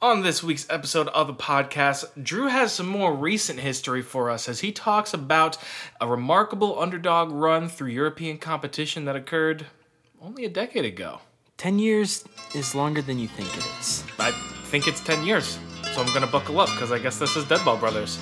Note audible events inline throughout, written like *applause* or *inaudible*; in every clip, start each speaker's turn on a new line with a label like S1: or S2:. S1: On this week's episode of the podcast, Drew has some more recent history for us as he talks about a remarkable underdog run through European competition that occurred only a decade ago.
S2: 10 years is longer than you think it is.
S1: I think it's 10 years, so I'm gonna buckle up because I guess this is Deadball Brothers.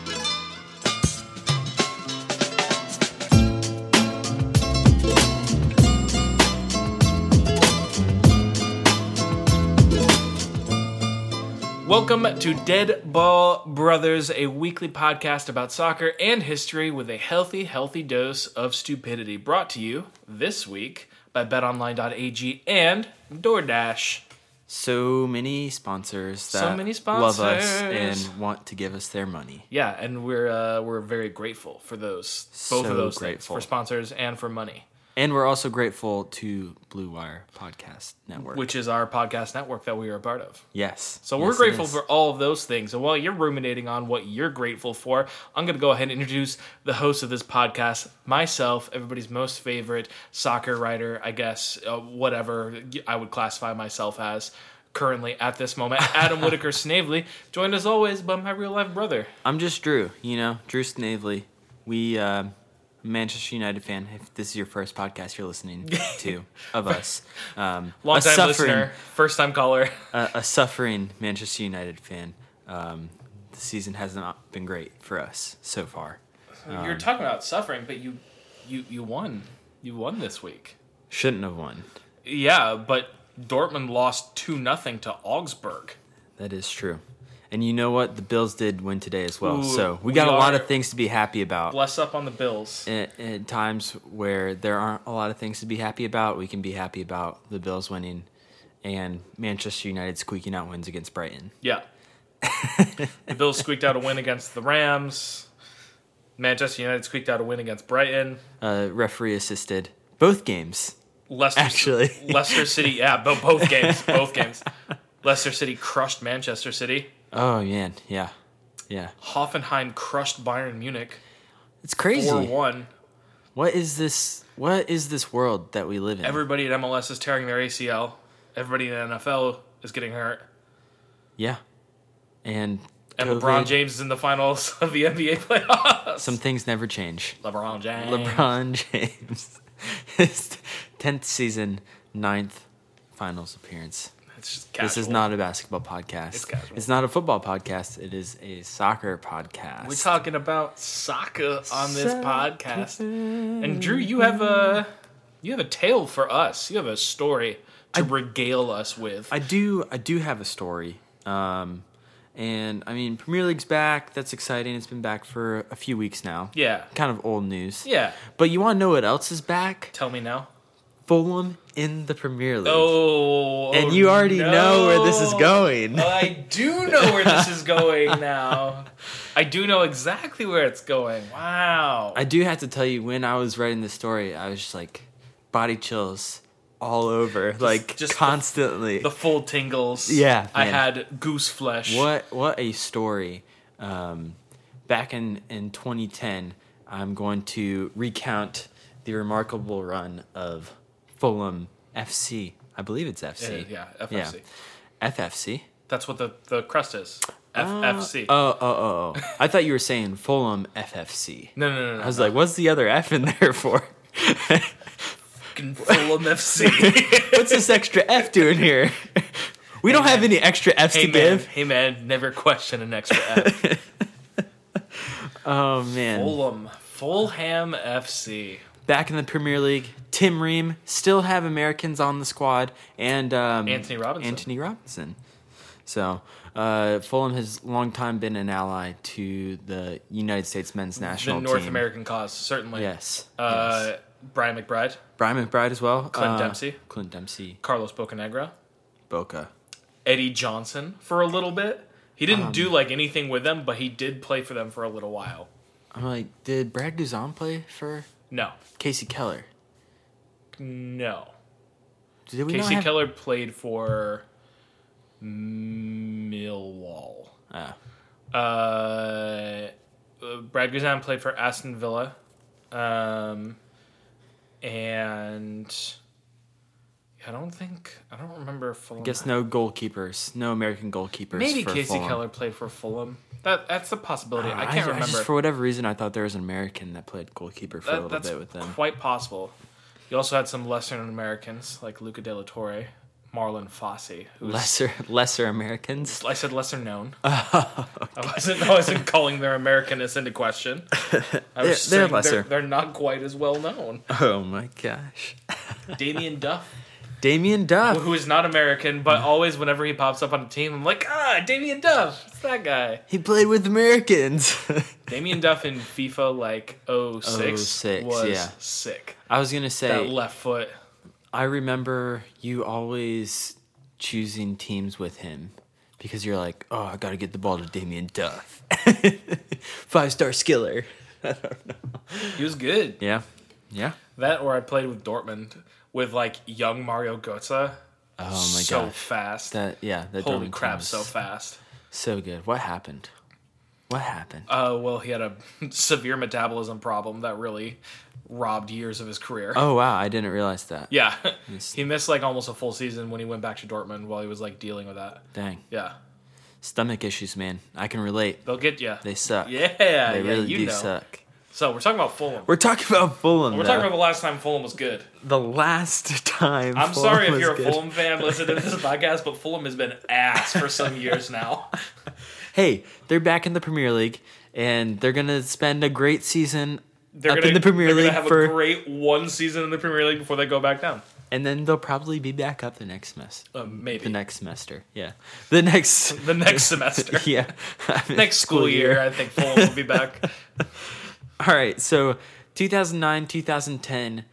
S1: Welcome to Dead Ball Brothers, a weekly podcast about soccer and history with a healthy, healthy dose of stupidity. Brought to you this week by betonline.ag and DoorDash.
S2: So many sponsors that
S1: So many
S2: love us
S1: sponsors.
S2: and want to give us their money.
S1: Yeah, and we're uh, we're very grateful for those both
S2: So
S1: of those
S2: grateful.
S1: things for sponsors and for money,
S2: And we're also grateful to Blue Wire Podcast Network.
S1: which is our podcast network that we are a part of.
S2: yes.
S1: So
S2: Yes,
S1: we're
S2: it
S1: grateful
S2: is.
S1: for all of those things. And while you're ruminating on what you're grateful for, I'm going to go ahead and introduce the host of this podcast, myself, everybody's most favorite soccer writer, I guess, uh, whatever I would classify myself as currently at this
S2: *laughs*
S1: moment. Adam Whitaker Snavely, joined as always by my real life brother.
S2: I'm just Drew, you know, Drew Snavely. We, uh, Manchester United fan, if this is your first podcast you're
S1: *laughs*
S2: listening to of us, um,
S1: Long
S2: a
S1: time
S2: suffering,
S1: listener, first time caller.
S2: A, a suffering Manchester United fan, um, the season has not been great for us so far.
S1: you're talking about suffering, but you, you, you won. You won this week.
S2: Shouldn't have won.
S1: Yeah, but Dortmund lost 2 nothing to Augsburg.
S2: That is true. And you know what? The Bills did win today as well.
S1: Ooh,
S2: so we
S1: we
S2: got a lot
S1: are-
S2: of things to be happy about.
S1: Bless up on the Bills.
S2: At, at times where there aren't a lot of things to be happy about, we can be happy about the Bills winning and Manchester United squeaking out wins against Brighton. *laughs*
S1: Yeah. the Bills squeaked out a win against the Rams. Manchester United squeaked out a win against Brighton.
S2: Uh, referee assisted both games.
S1: Leicester
S2: Actually.
S1: Leicester City, yeah, but both
S2: *laughs*
S1: games, both games. Leicester City crushed Manchester City.
S2: Oh man, yeah, yeah.
S1: Hoffenheim crushed Bayern Munich
S2: It's crazy.
S1: four one.
S2: What is this? What is this world that we live in?
S1: Everybody at MLS is tearing their ACL. Everybody in the NFL is getting hurt.
S2: yeah, and
S1: And
S2: COVID,
S1: LeBron James is in the finals *laughs* of the NBA playoffs.
S2: Some things never change.
S1: LeBron James.
S2: LeBron *laughs* James. His 10th season, ninth finals appearance.
S1: It's just
S2: This is
S1: casual.
S2: not a basketball podcast.
S1: It's casual.
S2: not a football podcast. It is a soccer podcast.
S1: We're talking about soccer on this
S2: Soccer.
S1: podcast. And Drew, you have a you have a tale for us. You have a story to regale us with.
S2: I do I do have a story. Um, and I mean Premier League's back. That's exciting. It's been back for a few weeks now.
S1: yeah.
S2: Kind of old news.
S1: Yeah.
S2: But you want to know what else is back?
S1: Tell me now.
S2: Fulham in the Premier League.
S1: Oh.
S2: and you already know where this is
S1: no. Oh,
S2: going.
S1: I do know where this is going now. I do know exactly where it's going. Wow.
S2: I do have to tell you, when I was writing this story, I was just like body chills all over, like
S1: just the-
S2: constantly.
S1: the full tingles.
S2: Yeah,
S1: I
S2: man.
S1: had goose flesh.
S2: what what a story! Um, back in in 2010, I'm going to recount the remarkable run of Fulham FC. I believe it's FC.
S1: Yeah, yeah, FFC.
S2: FFC.
S1: That's what the, the crest is. FFC.
S2: Oh, oh, oh, oh. I thought you were saying Fulham FFC.
S1: no, no, no, no.
S2: I was like, what's the other F in there for? *laughs*
S1: fucking Fulham FC.
S2: What's this extra F doing here? *laughs* We don't have any extra
S1: *laughs*
S2: Fs
S1: hey
S2: to
S1: man,
S2: give.
S1: hey man, never question an extra
S2: *laughs*
S1: F.
S2: Oh man.
S1: Fulham, Fulham FC.
S2: Back in the Premier League, Tim Ream still have Americans on the squad and um,
S1: Anthony Robinson.
S2: Anthony Robinson. So uh, Fulham has long time been an ally to the United States men's
S1: The
S2: national
S1: North
S2: team.
S1: American cause, certainly.
S2: Yes.
S1: Uh,
S2: yes.
S1: Brian McBride,
S2: Brian McBride as well.
S1: Clint
S2: Uh,
S1: Dempsey.
S2: Clint Dempsey.
S1: Carlos Bocanegra,
S2: Boca.
S1: Eddie Johnson for a little bit. He didn't
S2: Um,
S1: do like anything with them, but he did play for them for a little while.
S2: I'm like, did Brad Guzan play for
S1: No,
S2: Casey Keller?
S1: no.
S2: Did we not
S1: Casey
S2: have-
S1: Keller played for Millwall.
S2: Ah.
S1: Uh, uh, Brad Guzan played for Aston Villa, um, and I don't think I don't remember. Fulham.
S2: Guess no goalkeepers, no American goalkeepers.
S1: Maybe
S2: for
S1: Casey
S2: Fulham. Oh,
S1: Keller played for Fulham. That that's a possibility. I can't remember.
S2: just, for whatever reason, I thought there was an American that played goalkeeper
S1: That-
S2: for a little
S1: that's
S2: bit with them.
S1: quite possible. You also had some lesser Americans like Luca De La Torre, Marlon Fossey, who's
S2: Lesser, *laughs*
S1: *laughs*
S2: lesser Americans.
S1: I said lesser
S2: *laughs*
S1: known. I wasn't. I wasn't calling their Americanness into
S2: *laughs*
S1: question. I
S2: They're-
S1: was
S2: they're
S1: saying they're,
S2: lesser.
S1: they're not quite as well known.
S2: Oh my gosh,
S1: Damien Duff,
S2: Damien Duff.
S1: who is not American, but always whenever he pops up on a team, I'm like, ah, Damien Duff. It's that guy.
S2: He played with Americans. *laughs*
S1: Damien Duff in FIFA like 06,
S2: 06,
S1: was
S2: yeah.
S1: sick.
S2: I was gonna
S1: That
S2: say,
S1: left foot.
S2: I remember you always choosing teams with him because you're like, oh, I gotta get the ball to Damien Duff, *laughs* five star skiller.
S1: He was good.
S2: Yeah, yeah.
S1: That or I played with Dortmund with like young Mario Götze.
S2: Oh my
S1: so
S2: gosh,
S1: fast.
S2: that yeah, that Dortmund
S1: Holy
S2: team
S1: crap,
S2: was
S1: so fast.
S2: so good. What happened? What happened?
S1: Uh, well, he had a *laughs* severe metabolism problem that really robbed years of his career.
S2: Oh wow, I didn't realize that.
S1: yeah, *laughs* he missed like almost a full season when he went back to Dortmund while he was like dealing with that.
S2: Dang.
S1: Yeah,
S2: Stomach issues, man. I can relate.
S1: they'll get you.
S2: They suck.
S1: yeah,
S2: They
S1: yeah,
S2: really
S1: you
S2: do
S1: know.
S2: suck.
S1: So we're talking about Fulham. We're,
S2: We're talking about Fulham. We're
S1: talking about the last time Fulham was
S2: *laughs*
S1: good.
S2: the last time.
S1: I'm
S2: Fulham
S1: sorry if
S2: was
S1: you're a
S2: good.
S1: Fulham fan listening to this podcast, but Fulham has been ass for some years
S2: *laughs*
S1: now.
S2: Hey, they're back in the Premier League, and they're gonna spend a great season
S1: They're
S2: up
S1: gonna,
S2: in the Premier
S1: they're gonna
S2: League
S1: have
S2: for,
S1: a great one season in the Premier League before they go back down.
S2: and then they'll probably be back up the next mess.
S1: Uh, maybe
S2: The next semester, yeah. The next,
S1: the next semester.
S2: *laughs* yeah. I
S1: *laughs*
S2: mean,
S1: next school year, I think Fulham will be
S2: *laughs*
S1: back.
S2: All right, so 2009 2010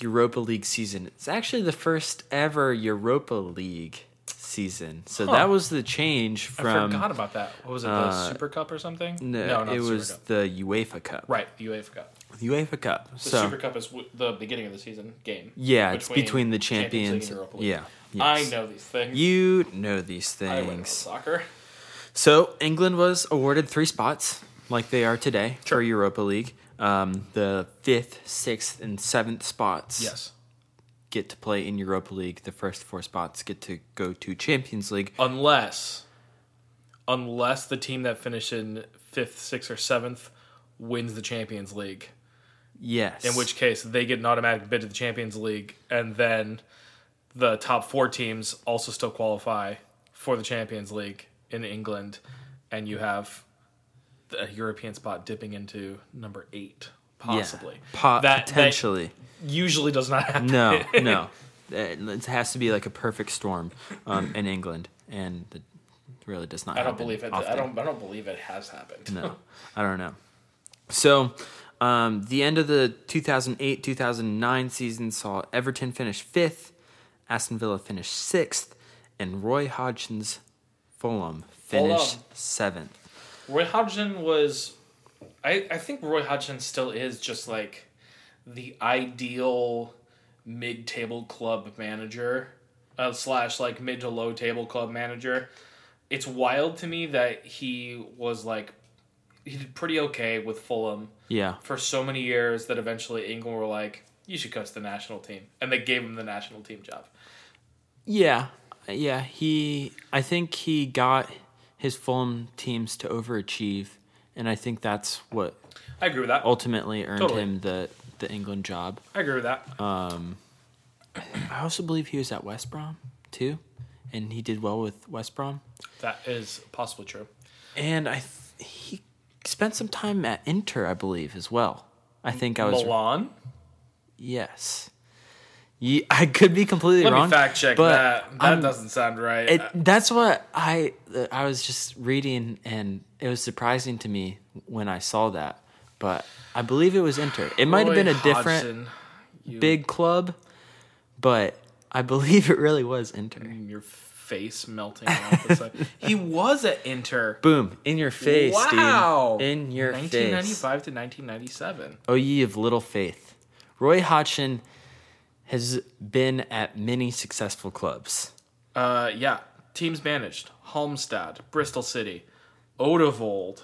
S2: Europa League season. It's actually the first ever Europa League season. So that was the change
S1: I
S2: from. uh,
S1: forgot about that. What was it, the Super Cup or something?
S2: No,
S1: not
S2: it
S1: the
S2: was
S1: Super Cup.
S2: the UEFA Cup.
S1: Right, the UEFA Cup.
S2: The UEFA Cup.
S1: The
S2: so
S1: Super Cup is w- the beginning of the season game.
S2: yeah, it's between the
S1: League and
S2: champions.
S1: Europa League.
S2: yeah.
S1: I
S2: yes.
S1: know these things.
S2: You know these
S1: I went
S2: things.
S1: soccer.
S2: So England was awarded three spots, like they are today, for Europa League. Um, the fifth, sixth, and seventh spots.
S1: Yes.
S2: get to play in Europa League. The first four spots get to go to Champions League.
S1: Unless, unless the team that finished in fifth, sixth, or seventh wins the Champions League,
S2: Yes.
S1: in which case they get an automatic bid to the Champions League, and then the top four teams also still qualify for the Champions League in England, and you have a European spot dipping into number eight,
S2: Yeah.
S1: possibly.
S2: Po-
S1: that, that
S2: potentially.
S1: usually does not happen. *laughs*
S2: No, no. It it has to be like a perfect storm um, in England, and it really does
S1: I
S2: not.
S1: don't
S2: happen
S1: believe it. I
S2: often.
S1: don't. I don't believe it has happened.
S2: No, I don't know. So, um, the end of the 2008 2009 season saw Everton finish fifth, Aston Villa finish sixth, and Roy Hodgson's Fulham finished
S1: Fulham.
S2: seventh.
S1: Roy Hodgson was, I, I think Roy Hodgson still is just like the ideal mid table club manager uh, slash like mid to low table club manager. It's wild to me that he was like he did pretty okay with Fulham
S2: Yeah.
S1: for so many years that eventually England were like you should coach the national team and they gave him the national team job.
S2: Yeah, yeah. He, I think he got his Fulham teams to overachieve, and I think that's what
S1: I agree with that.
S2: ultimately earned
S1: Totally.
S2: him the the England job.
S1: I agree with that.
S2: Uh, I also believe he was at West Brom too, and he did well with West Brom.
S1: that is possibly true.
S2: And I, th- he spent some time at Inter, I believe, as well. I think I was
S1: Milan.
S2: yes. Ye- I could be completely
S1: Let
S2: wrong.
S1: me fact check
S2: but
S1: that. That
S2: I'm-
S1: doesn't sound right.
S2: It, that's what I uh, I was just reading, and it was surprising to me when I saw that. But I believe it was Inter. It might have been a
S1: Roy
S2: different
S1: Hodgson,
S2: big club, but I believe it really was Inter.
S1: You're face melting off the
S2: *laughs*
S1: side. He was at Inter.
S2: Boom! In your face,
S1: Wow.
S2: dude. In your face.
S1: 1995 to 1997.
S2: O ye of little faith. Roy Hodgson has been at many successful clubs.
S1: Uh, yeah. Teams managed: Halmstad, Bristol City, Odevold.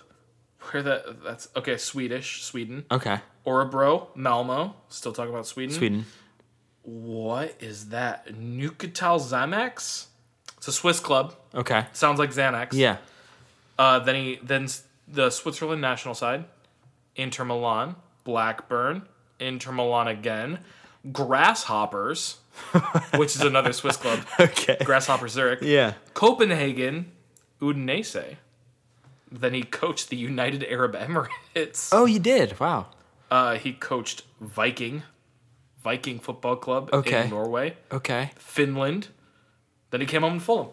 S1: Where that? That's okay. Swedish, Sweden.
S2: Okay.
S1: Orebro, Malmo. Still talking about Sweden.
S2: Sweden.
S1: What is that? Nukatal Xanax? It's a Swiss club.
S2: Okay.
S1: Sounds like Xanax.
S2: Yeah.
S1: Uh, then he then s- the Switzerland national side, Inter Milan, Blackburn, Inter Milan again,
S2: *laughs*
S1: Grasshoppers, which is another Swiss club.
S2: Okay.
S1: Grasshopper Zurich.
S2: Yeah.
S1: Copenhagen, Udinese. Then he coached the United Arab Emirates.
S2: Oh, you did. Wow.
S1: Uh, he coached Viking, Viking Football Club
S2: Okay.
S1: in Norway,
S2: Okay.
S1: Finland. Then he came home to Fulham.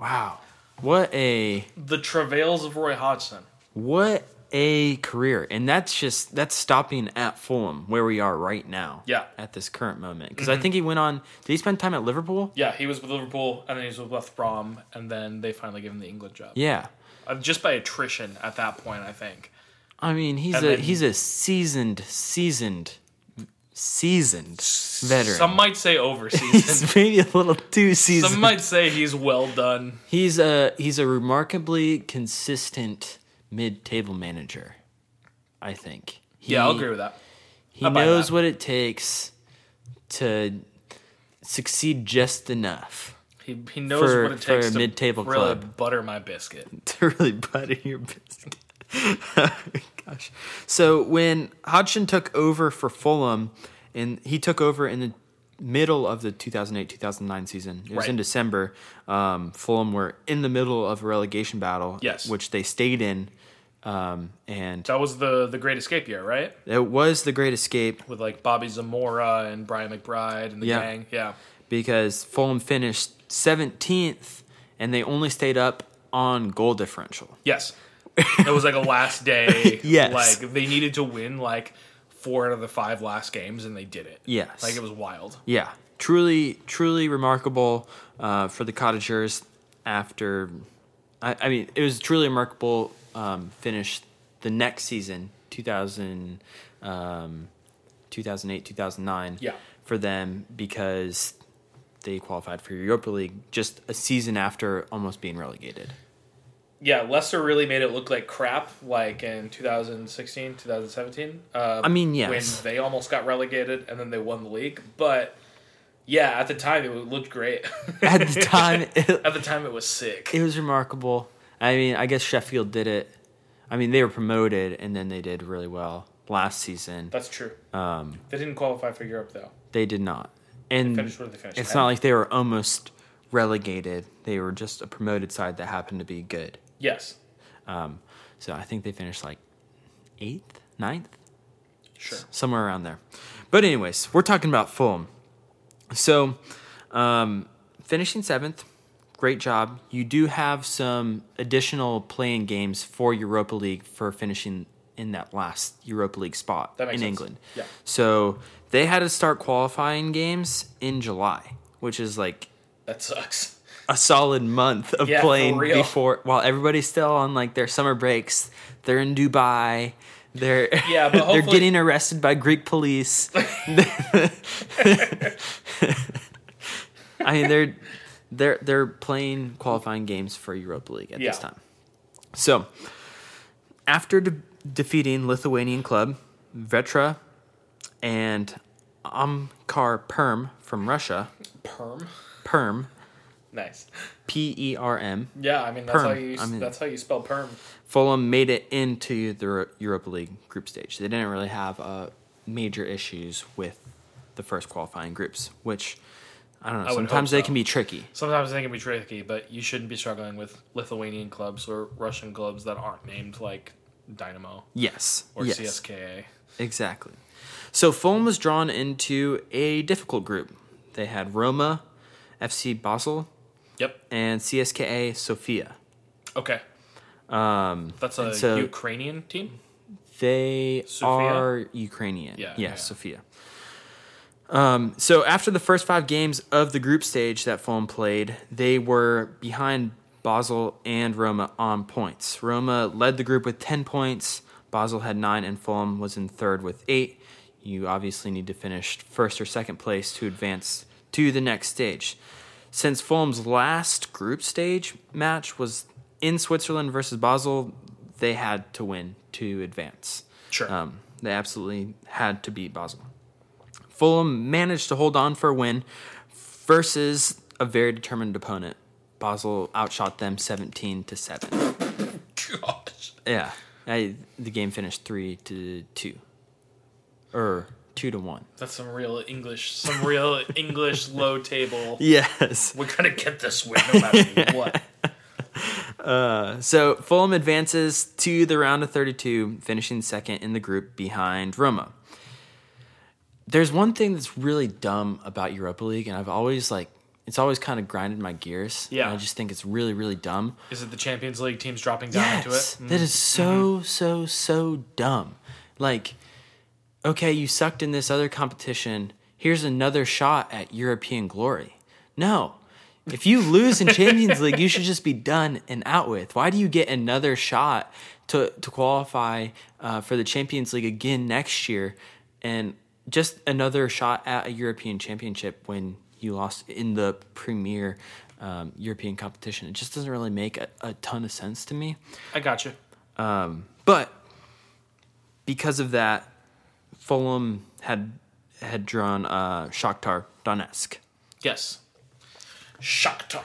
S2: Wow. What a
S1: The travails of Roy Hodgson.
S2: what a career. And that's just that's stopping at Fulham where we are right now.
S1: Yeah. Mm-hmm.
S2: At this current moment. Cuz I think he went on did he spend time at Liverpool?
S1: Yeah, he was with Liverpool, and then he was with West Brom, and then they finally gave him the England job.
S2: Yeah.
S1: Uh, just by attrition at that point, I think.
S2: I mean, he's
S1: And
S2: a
S1: then-
S2: he's a seasoned seasoned seasoned veteran.
S1: Some might say overseasoned.
S2: *laughs* He's maybe a little too seasoned.
S1: Some might say he's well done.
S2: He's a he's a remarkably consistent mid-table manager. I think. He,
S1: Yeah, I'll agree with that.
S2: He
S1: I buy
S2: knows
S1: that.
S2: what it takes to succeed just enough *laughs*
S1: He, he knows
S2: For-
S1: what it
S2: for a
S1: takes to
S2: mid-table
S1: really
S2: club.
S1: butter my biscuit.
S2: to really butter your biscuit. *laughs* Gosh. So when Hodgson took over for Fulham, and he took over in the middle of the 2008-2009 season. It was
S1: Right.
S2: in December. Um, Fulham were in the middle of a relegation battle,
S1: Yes.
S2: which they stayed in. Um, and
S1: That was the the Great Escape year, right?
S2: it was the great escape
S1: With like Bobby Zamora and Brian McBride and the
S2: Yeah.
S1: gang. Yeah.
S2: because Fulham finished 17th and they only stayed up on goal differential.
S1: Yes. It was like a last day.
S2: *laughs* Yes.
S1: Like they needed to win like four out of the five last games, and they did it.
S2: Yes.
S1: Like it was wild.
S2: Yeah, truly, truly remarkable uh, for the Cottagers. After, I, I mean, it was truly remarkable um, finish the next season, 2000, um, 2008, 2009.
S1: Yeah.
S2: for them because they qualified for Europa League just a season after almost being relegated.
S1: Yeah, Leicester really made it look like crap, like in 2016, 2017. Uh,
S2: I mean,
S1: when
S2: yes,
S1: they almost got relegated and then they won the league. But yeah, at the time it looked great. *laughs*
S2: *laughs* at the time. It,
S1: at the time it was sick.
S2: it was remarkable. I mean, I guess Sheffield did it. I mean, they were promoted and then they did really well last season.
S1: That's true.
S2: Um,
S1: they didn't qualify for Europe though.
S2: They did not. And
S1: Finished where they finished.
S2: it's not like they were almost relegated. They were just a promoted side that happened to be good.
S1: yes,
S2: Um, so I think they finished like eighth, ninth,
S1: sure.
S2: somewhere around there. But anyways, we're talking about Fulham. So um, finishing seventh, great job. You do have some additional playing games for Europa League for finishing in that last Europa League spot
S1: That makes
S2: in
S1: sense.
S2: England.
S1: Yeah.
S2: So they had to start qualifying games in July, which is like
S1: That sucks.
S2: a solid month of
S1: Yeah, for
S2: playing
S1: real.
S2: before while everybody's still on like their summer breaks. They're in Dubai. They're
S1: Yeah, but
S2: *laughs* they're
S1: hopefully-
S2: getting arrested by Greek police.
S1: *laughs*
S2: *laughs* I mean they're they're they're playing qualifying games for Europa League at this
S1: Yeah.
S2: time. So after de- defeating Lithuanian club Vetra and Amkar Perm from Russia,
S1: Perm.
S2: Perm
S1: Nice.
S2: P E R M.
S1: Yeah, I mean that's
S2: Perm.
S1: how you
S2: I mean-
S1: that's how you spell perm.
S2: Fulham made it into the Euro- Europa League group stage. They didn't really have uh, major issues with the first qualifying groups, which I don't know.
S1: would hope
S2: sometimes they
S1: so.
S2: can be tricky.
S1: Sometimes they can be tricky, but you shouldn't be struggling with Lithuanian clubs or Russian clubs that aren't named like Dynamo
S2: Yes.
S1: or
S2: yes.
S1: CSKA.
S2: Exactly. So Fulham was drawn into a difficult group. They had Roma, FC Basel,
S1: Yep.
S2: and CSKA Sofia.
S1: Okay. Um, that's a
S2: and so-
S1: Ukrainian team.
S2: They
S1: Sofia?
S2: are Ukrainian.
S1: Yeah,
S2: Yeah,
S1: yeah.
S2: Sofia. Um, so after the first five games of the group stage that Fulham played, they were behind Basel and Roma on points. Roma led the group with 10 points. Basel had nine, and Fulham was in third with eight. You obviously need to finish first or second place to advance to the next stage. Since Fulham's last group stage match was in Switzerland versus Basel, they had to win to advance.
S1: Sure.
S2: Um, they absolutely had to beat Basel. Fulham managed to hold on for a win versus a very determined opponent. Basel outshot them 17 to 7.
S1: Gosh.
S2: Yeah. I, the game finished 3 to 2. Or 2 to 1.
S1: That's some real English, some
S2: *laughs*
S1: real English low table.
S2: Yes.
S1: We're going to get this win no *laughs* matter what.
S2: So Fulham advances to the round of 32, finishing second in the group behind Roma. There's one thing that's really dumb about Europa League, and I've always like it's always kind of grinded my gears. and
S1: Yeah.
S2: I just think it's really, really dumb.
S1: Is it the Champions League teams dropping down
S2: Yes,
S1: into it? Mm-hmm.
S2: that is so, so, so dumb. Like, okay, you sucked in this other competition. Here's another shot at European glory. No. If you lose in Champions League, you should just be done and out with. Why do you get another shot to, to qualify uh, for the Champions League again next year and just another shot at a European championship when you lost in the premier um, European competition? It just doesn't really make a, a ton of sense to me.
S1: I got you.
S2: But because of that, Fulham had had drawn uh, Shakhtar Donetsk.
S1: Yes. Shakhtar.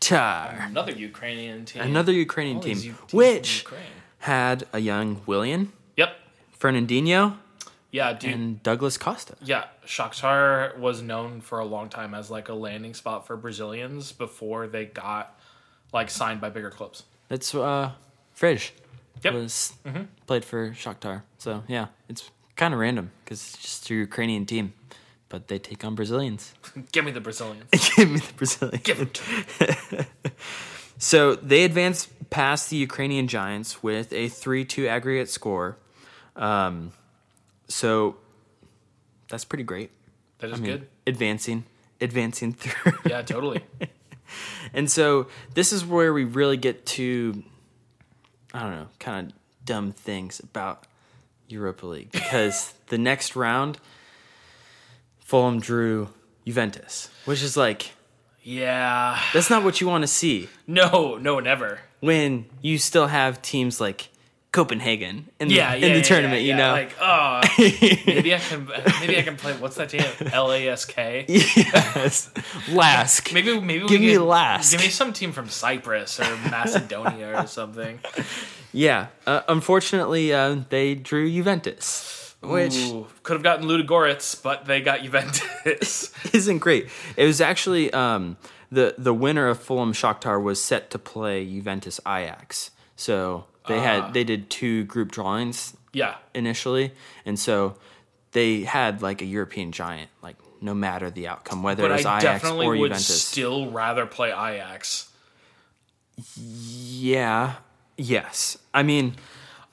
S2: Shakhtar,
S1: Another Ukrainian team.
S2: another Ukrainian
S1: All
S2: team,
S1: these U- teams from
S2: which
S1: Ukraine.
S2: had a young Willian,
S1: Yep.
S2: Fernandinho,
S1: Yeah, dude.
S2: and Douglas Costa.
S1: Yeah, Shakhtar was known for a long time as like a landing spot for Brazilians before they got like signed by bigger clubs.
S2: That's uh, Frisch.
S1: Yep. Mm-hmm.
S2: Was played for Shakhtar. So yeah, it's kind of random because it's just a Ukrainian team, but they take on Brazilians.
S1: Give me the
S2: *laughs*
S1: Brazilians.
S2: Give me the Brazilian.
S1: Give it.
S2: *laughs* So they advanced past the Ukrainian Giants with a 3 2 aggregate score. Um, so that's pretty great.
S1: That is
S2: I mean,
S1: good.
S2: advancing, advancing through.
S1: Yeah, totally.
S2: *laughs* And so this is where we really get to, I don't know, kind of dumb things about
S1: *laughs*
S2: Europa League because the next round, Fulham drew Juventus, which is like,
S1: Yeah.
S2: that's not what you want to see.
S1: No, no, never.
S2: when you still have teams like Copenhagen in the,
S1: Yeah, yeah
S2: in the
S1: yeah,
S2: tournament,
S1: yeah,
S2: you
S1: yeah.
S2: know.
S1: like oh,
S2: *laughs*
S1: maybe I can, maybe I can play. What's that team? LASK.
S2: yes. Lask.
S1: Maybe, maybe we
S2: Give me
S1: can-
S2: Lask.
S1: Give me some team from Cyprus or Macedonia or something.
S2: Yeah. Uh, unfortunately, uh, they drew Juventus, *laughs* which
S1: Ooh, could have gotten Ludogorets, but they got Juventus.
S2: *laughs*
S1: *laughs*
S2: isn't great. It was actually um, the the winner of Fulham Shakhtar was set to play Juventus Ajax, so they
S1: Ah.
S2: had they did two group drawings
S1: yeah,
S2: initially, and so they had like a European giant, like no matter the outcome, whether it
S1: but
S2: was
S1: I
S2: Ajax
S1: definitely
S2: or
S1: would
S2: Juventus.
S1: still rather play Ajax.
S2: Yeah. Yes. I mean,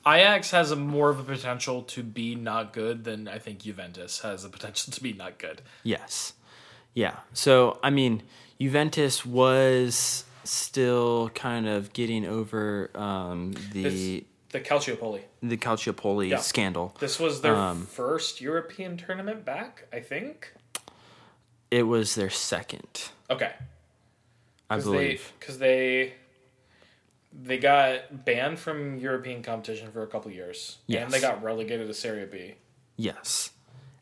S1: Ajax has a more of a potential to be not good than I think Juventus has a potential to be not good.
S2: yes. Yeah. So, I mean, Juventus was still kind of getting over um, the
S1: It's the Calciopoli.
S2: the Calciopoli
S1: Yeah.
S2: scandal.
S1: This was their
S2: Um,
S1: first European tournament back, I think.
S2: It was their second,
S1: Okay,
S2: I believe.
S1: because they they got banned from European competition for a couple years,
S2: Yes.
S1: and they got relegated to Serie B.
S2: yes.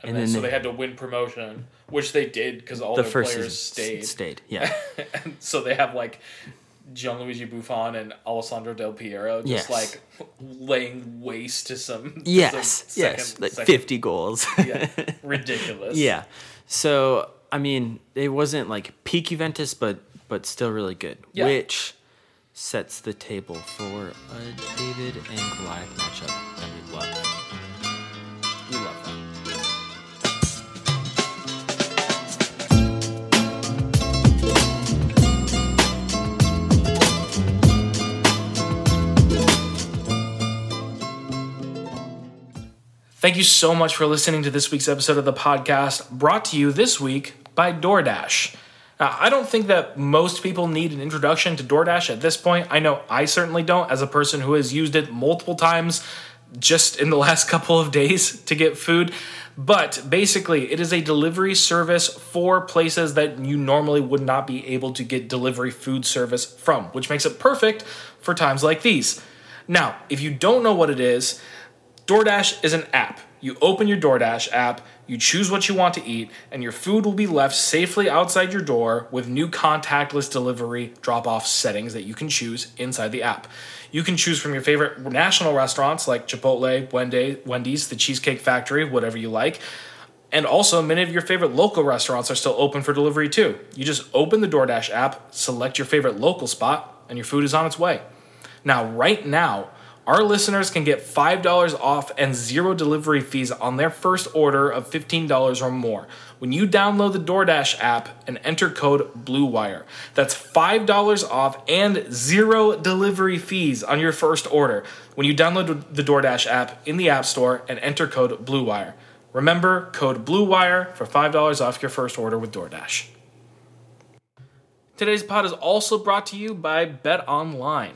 S1: And, then, so they had to win promotion, which they did because all
S2: the
S1: their
S2: first
S1: players
S2: is-
S1: stayed. *laughs*
S2: Stayed. Yeah.
S1: So they have like Gianluigi Buffon and Alessandro Del Piero just
S2: Yes.
S1: like laying waste to some
S2: yes.
S1: some
S2: yes.
S1: second-
S2: like
S1: second-
S2: 50 goals. *laughs*
S1: yeah, ridiculous
S2: Yeah. So I mean, it wasn't like peak Juventus, but but still really good,
S1: Yeah.
S2: which sets the table for a David and Goliath matchup that we love. We love that.
S1: Thank Thank you so much for listening to this week's episode of the podcast, brought to you this week by DoorDash. Now, I don't think that most people need an introduction to DoorDash at this point. I know I certainly don't, as a person who has used it multiple times just in the *laughs* last couple of days to get food. But basically, it is a delivery service for places that you normally would not be able to get delivery food service from, which makes it perfect for times like these. Now, if you don't know what it is, DoorDash is an app. You open your DoorDash app, you choose what you want to eat, and your food will be left safely outside your door with new contactless delivery drop off settings that you can choose inside the app. You can choose from your favorite national restaurants like Chipotle, Wendy- Wendy's, the Cheesecake Factory, whatever you like. And also, many of your favorite local restaurants are still open for delivery too. You just open the DoorDash app, select your favorite local spot, and your food is on its way. Now, right now, our listeners can get $5 off and zero delivery fees on their first order of $15 or more when you download the DoorDash app and enter code BLUEWIRE. That's $5 off and zero delivery fees on your first order when you download the DoorDash app in the App Store and enter code BLUEWIRE. Remember, code BLUEWIRE for $5 off your first order with DoorDash. Today's pod is also brought to you by Bet Online.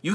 S1: You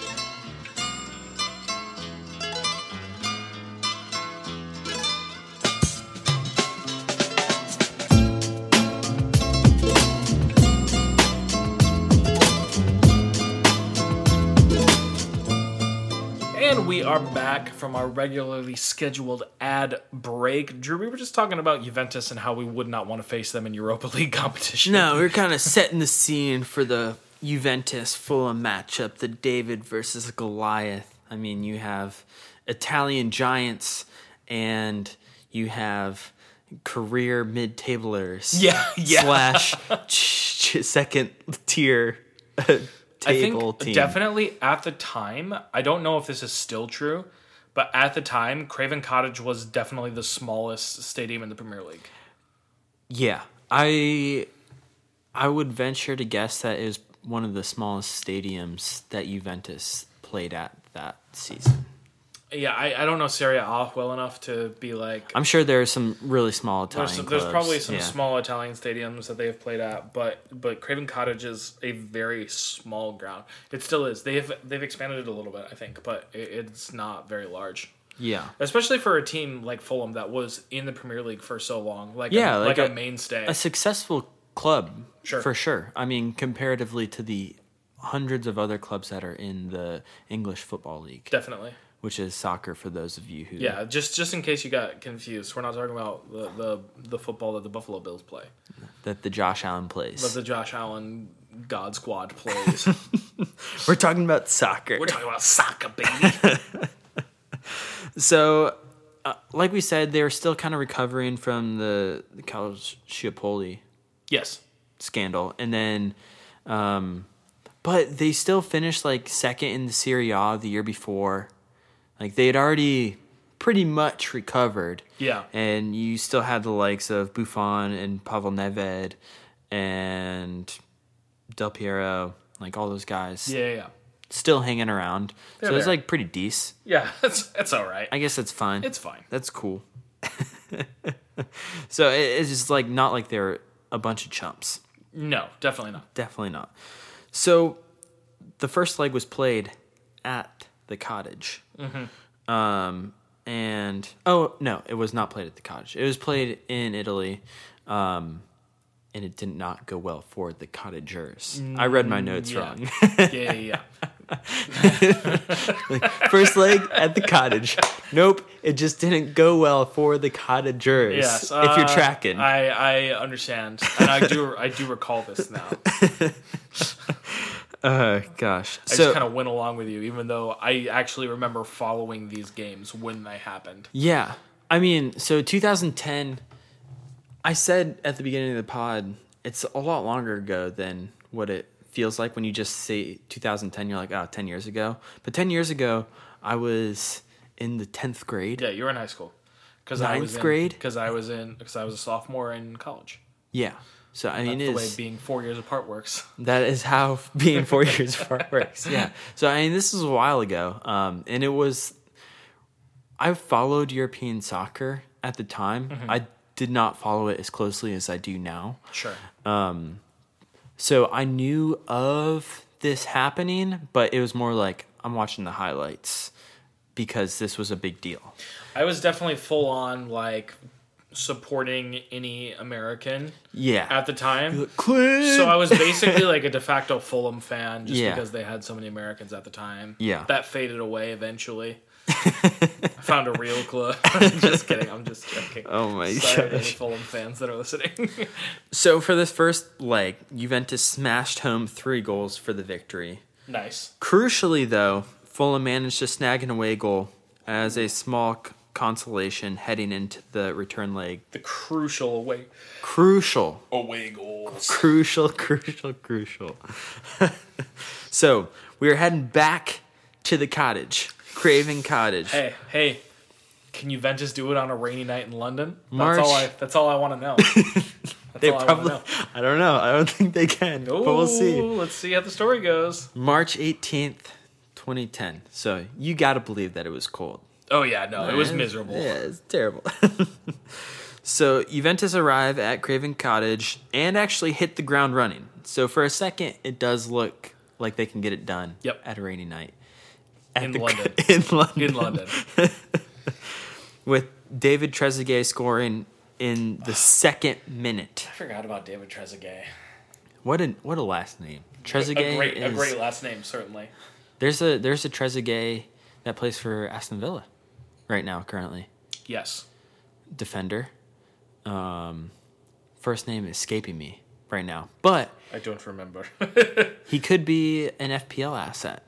S1: And we are back from our regularly scheduled ad break. Drew, we were just talking about Juventus and how we would not want to face them in Europa *laughs* League competition.
S2: No, we are kind of setting the scene for the Juventus Fulham matchup, the David versus Goliath. I mean, you have Italian giants and you have career mid tablers.
S1: Yeah, yeah.
S2: Slash ch- ch- second tier uh, table
S1: I think
S2: team.
S1: definitely at the time, I don't know if this is still true, but at the time, Craven Cottage was definitely the smallest stadium in the Premier League.
S2: Yeah, I I would venture to guess that it was one of the smallest stadiums that Juventus played at that season.
S1: Yeah, I, I don't know Serie A well enough to be like.
S2: I'm sure there are some really small Italian
S1: There's, some, there's
S2: clubs,
S1: probably some
S2: yeah.
S1: small Italian stadiums that they have played at, but but Craven Cottage is a very small ground. It still is. They've they've expanded it a little bit, I think, but it, it's not very large.
S2: Yeah,
S1: Especially for a team like Fulham that was in the Premier League for so long, like a,
S2: Yeah,
S1: like,
S2: like
S1: a,
S2: a-
S1: mainstay.
S2: a successful club
S1: Sure.
S2: for sure. I mean, comparatively to the hundreds of other clubs that are in the English Football League,
S1: Definitely.
S2: which is soccer for those of you who
S1: Yeah, just just in case you got confused, we're not talking about the the, the football that the Buffalo Bills play,
S2: that the Josh Allen
S1: but
S2: plays.
S1: the Josh Allen God Squad plays.
S2: We're talking about soccer.
S1: we're talking about soccer, baby.
S2: So, uh, like we said, they were still kind of recovering from the, the college Schiapoli
S1: yes,
S2: scandal, and then, um, but they still finished like second in the Serie A the year before. Like they had already pretty much recovered.
S1: Yeah.
S2: and you still had the likes of Buffon and Pavel Nedved and Del Piero, like all those guys,
S1: yeah, yeah, yeah.
S2: still hanging around. so it's
S1: there.
S2: like pretty decent.
S1: yeah. *laughs* That's that's all right.
S2: I guess that's fine.
S1: It's fine.
S2: That's cool. *laughs* so it, it's just like not like they're a bunch of chumps.
S1: No, definitely
S2: *laughs*
S1: not.
S2: Definitely not. So the first leg was played at the cottage.
S1: Mm-hmm.
S2: Um, and oh no, it was not played at the cottage. It was played in Italy. Um, and it did not go well for the cottagers. I read my notes
S1: Mm, yeah.
S2: wrong. *laughs*
S1: yeah, yeah, yeah.
S2: Like, first leg at the cottage. Nope, it just didn't go well for the cottagers.
S1: Yes,
S2: if you're
S1: uh,
S2: tracking,
S1: I, I understand, and I do I do recall this
S2: *laughs*
S1: now. I
S2: uh, gosh.
S1: just
S2: so
S1: kind of went along with you, even though I actually remember following these games when they happened.
S2: yeah, I mean, so 2010. I said at the beginning of the pod, it's a lot longer ago than what it feels like when you just say 2010. You're like, oh, 10 years ago. But 10 years ago, I was in the 10th grade.
S1: Yeah, you were in high school. Cause I
S2: Ninth
S1: was in,
S2: grade?
S1: Because I was in because I was a sophomore in college.
S2: Yeah. So I mean,
S1: The
S2: it
S1: way
S2: is
S1: being four years apart works. *laughs*
S2: That is how being four years apart works. Yeah. So I mean, this was a while ago, um, and it was. I followed European soccer at the time. I did not follow it as closely as I do now.
S1: Sure.
S2: So I knew of this happening, but it was more like I'm watching the highlights because this was a big deal.
S1: I was definitely full on like supporting any American
S2: Yeah.
S1: at the time.
S2: Clint!
S1: So I was
S2: *laughs*
S1: basically like a de facto Fulham fan just
S2: Yeah.
S1: because they had so many Americans at the time.
S2: Yeah.
S1: That faded away
S2: *laughs*
S1: eventually. I found a real club. just kidding. *laughs* I'm just joking.
S2: oh my
S1: Sorry to any
S2: gosh.
S1: Fulham fans that are listening. *laughs*
S2: So for this first leg, Juventus smashed home three goals for the victory.
S1: nice.
S2: Crucially, though, Fulham managed to snag an away goal as a small c- consolation heading into the return leg.
S1: The crucial away
S2: Crucial,
S1: away goals.
S2: crucial, *laughs* crucial, crucial. *laughs* so we are heading back to the cottage, Craven Cottage.
S1: Hey, hey. Can you Ventus do it on a rainy night in London?
S2: March.
S1: That's all I that's all I want to
S2: *laughs*
S1: know. That's
S2: they
S1: all
S2: probably, *laughs*
S1: I want to know.
S2: I don't know. I don't think they can, but we'll
S1: Ooh,
S2: see.
S1: Let's see how the story goes.
S2: March 18th, 2010. So you got to believe that it was cold.
S1: Oh yeah, no, it was
S2: Yeah,
S1: miserable.
S2: Yeah, it's terrible. *laughs* so Juventus arrive at Craven Cottage and actually hit the ground running. So for a second, it does look like they can get it done.
S1: Yep.
S2: At a rainy night. At
S1: In
S2: the-
S1: London.
S2: *laughs* in London.
S1: In London.
S2: With David Trezeguet scoring in the second minute.
S1: I forgot about David Trezeguet.
S2: What a what a last name.
S1: A
S2: Trezeguet
S1: great a
S2: is-
S1: great last name, certainly.
S2: There's a there's a Trezeguet that plays for Aston Villa right now currently.
S1: Yes.
S2: defender. Um, first name is escaping me right now, but
S1: I don't remember. *laughs*
S2: he could be an FPL asset.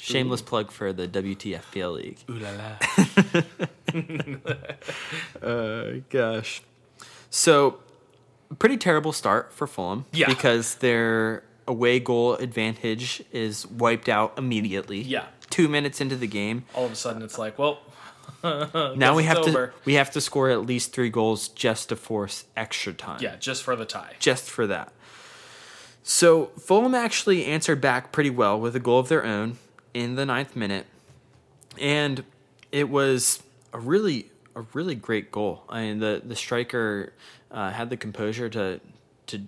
S2: Shameless plug for the WTFPL league.
S1: Ooh la la.
S2: Uh, gosh. So, pretty terrible start for Fulham
S1: Yeah.
S2: because their away goal advantage is wiped out immediately.
S1: Yeah.
S2: Two minutes into the game,
S1: All of a sudden it's like, well,
S2: now
S1: Guess
S2: we
S1: it's
S2: have
S1: Uh, over.
S2: to we have to score at least three goals just to force extra time.
S1: yeah, just for the tie.
S2: just for that. So Fulham actually answered back pretty well with a goal of their own in the ninth minute, and it was a really a really great goal. I mean the the striker uh, had the composure to to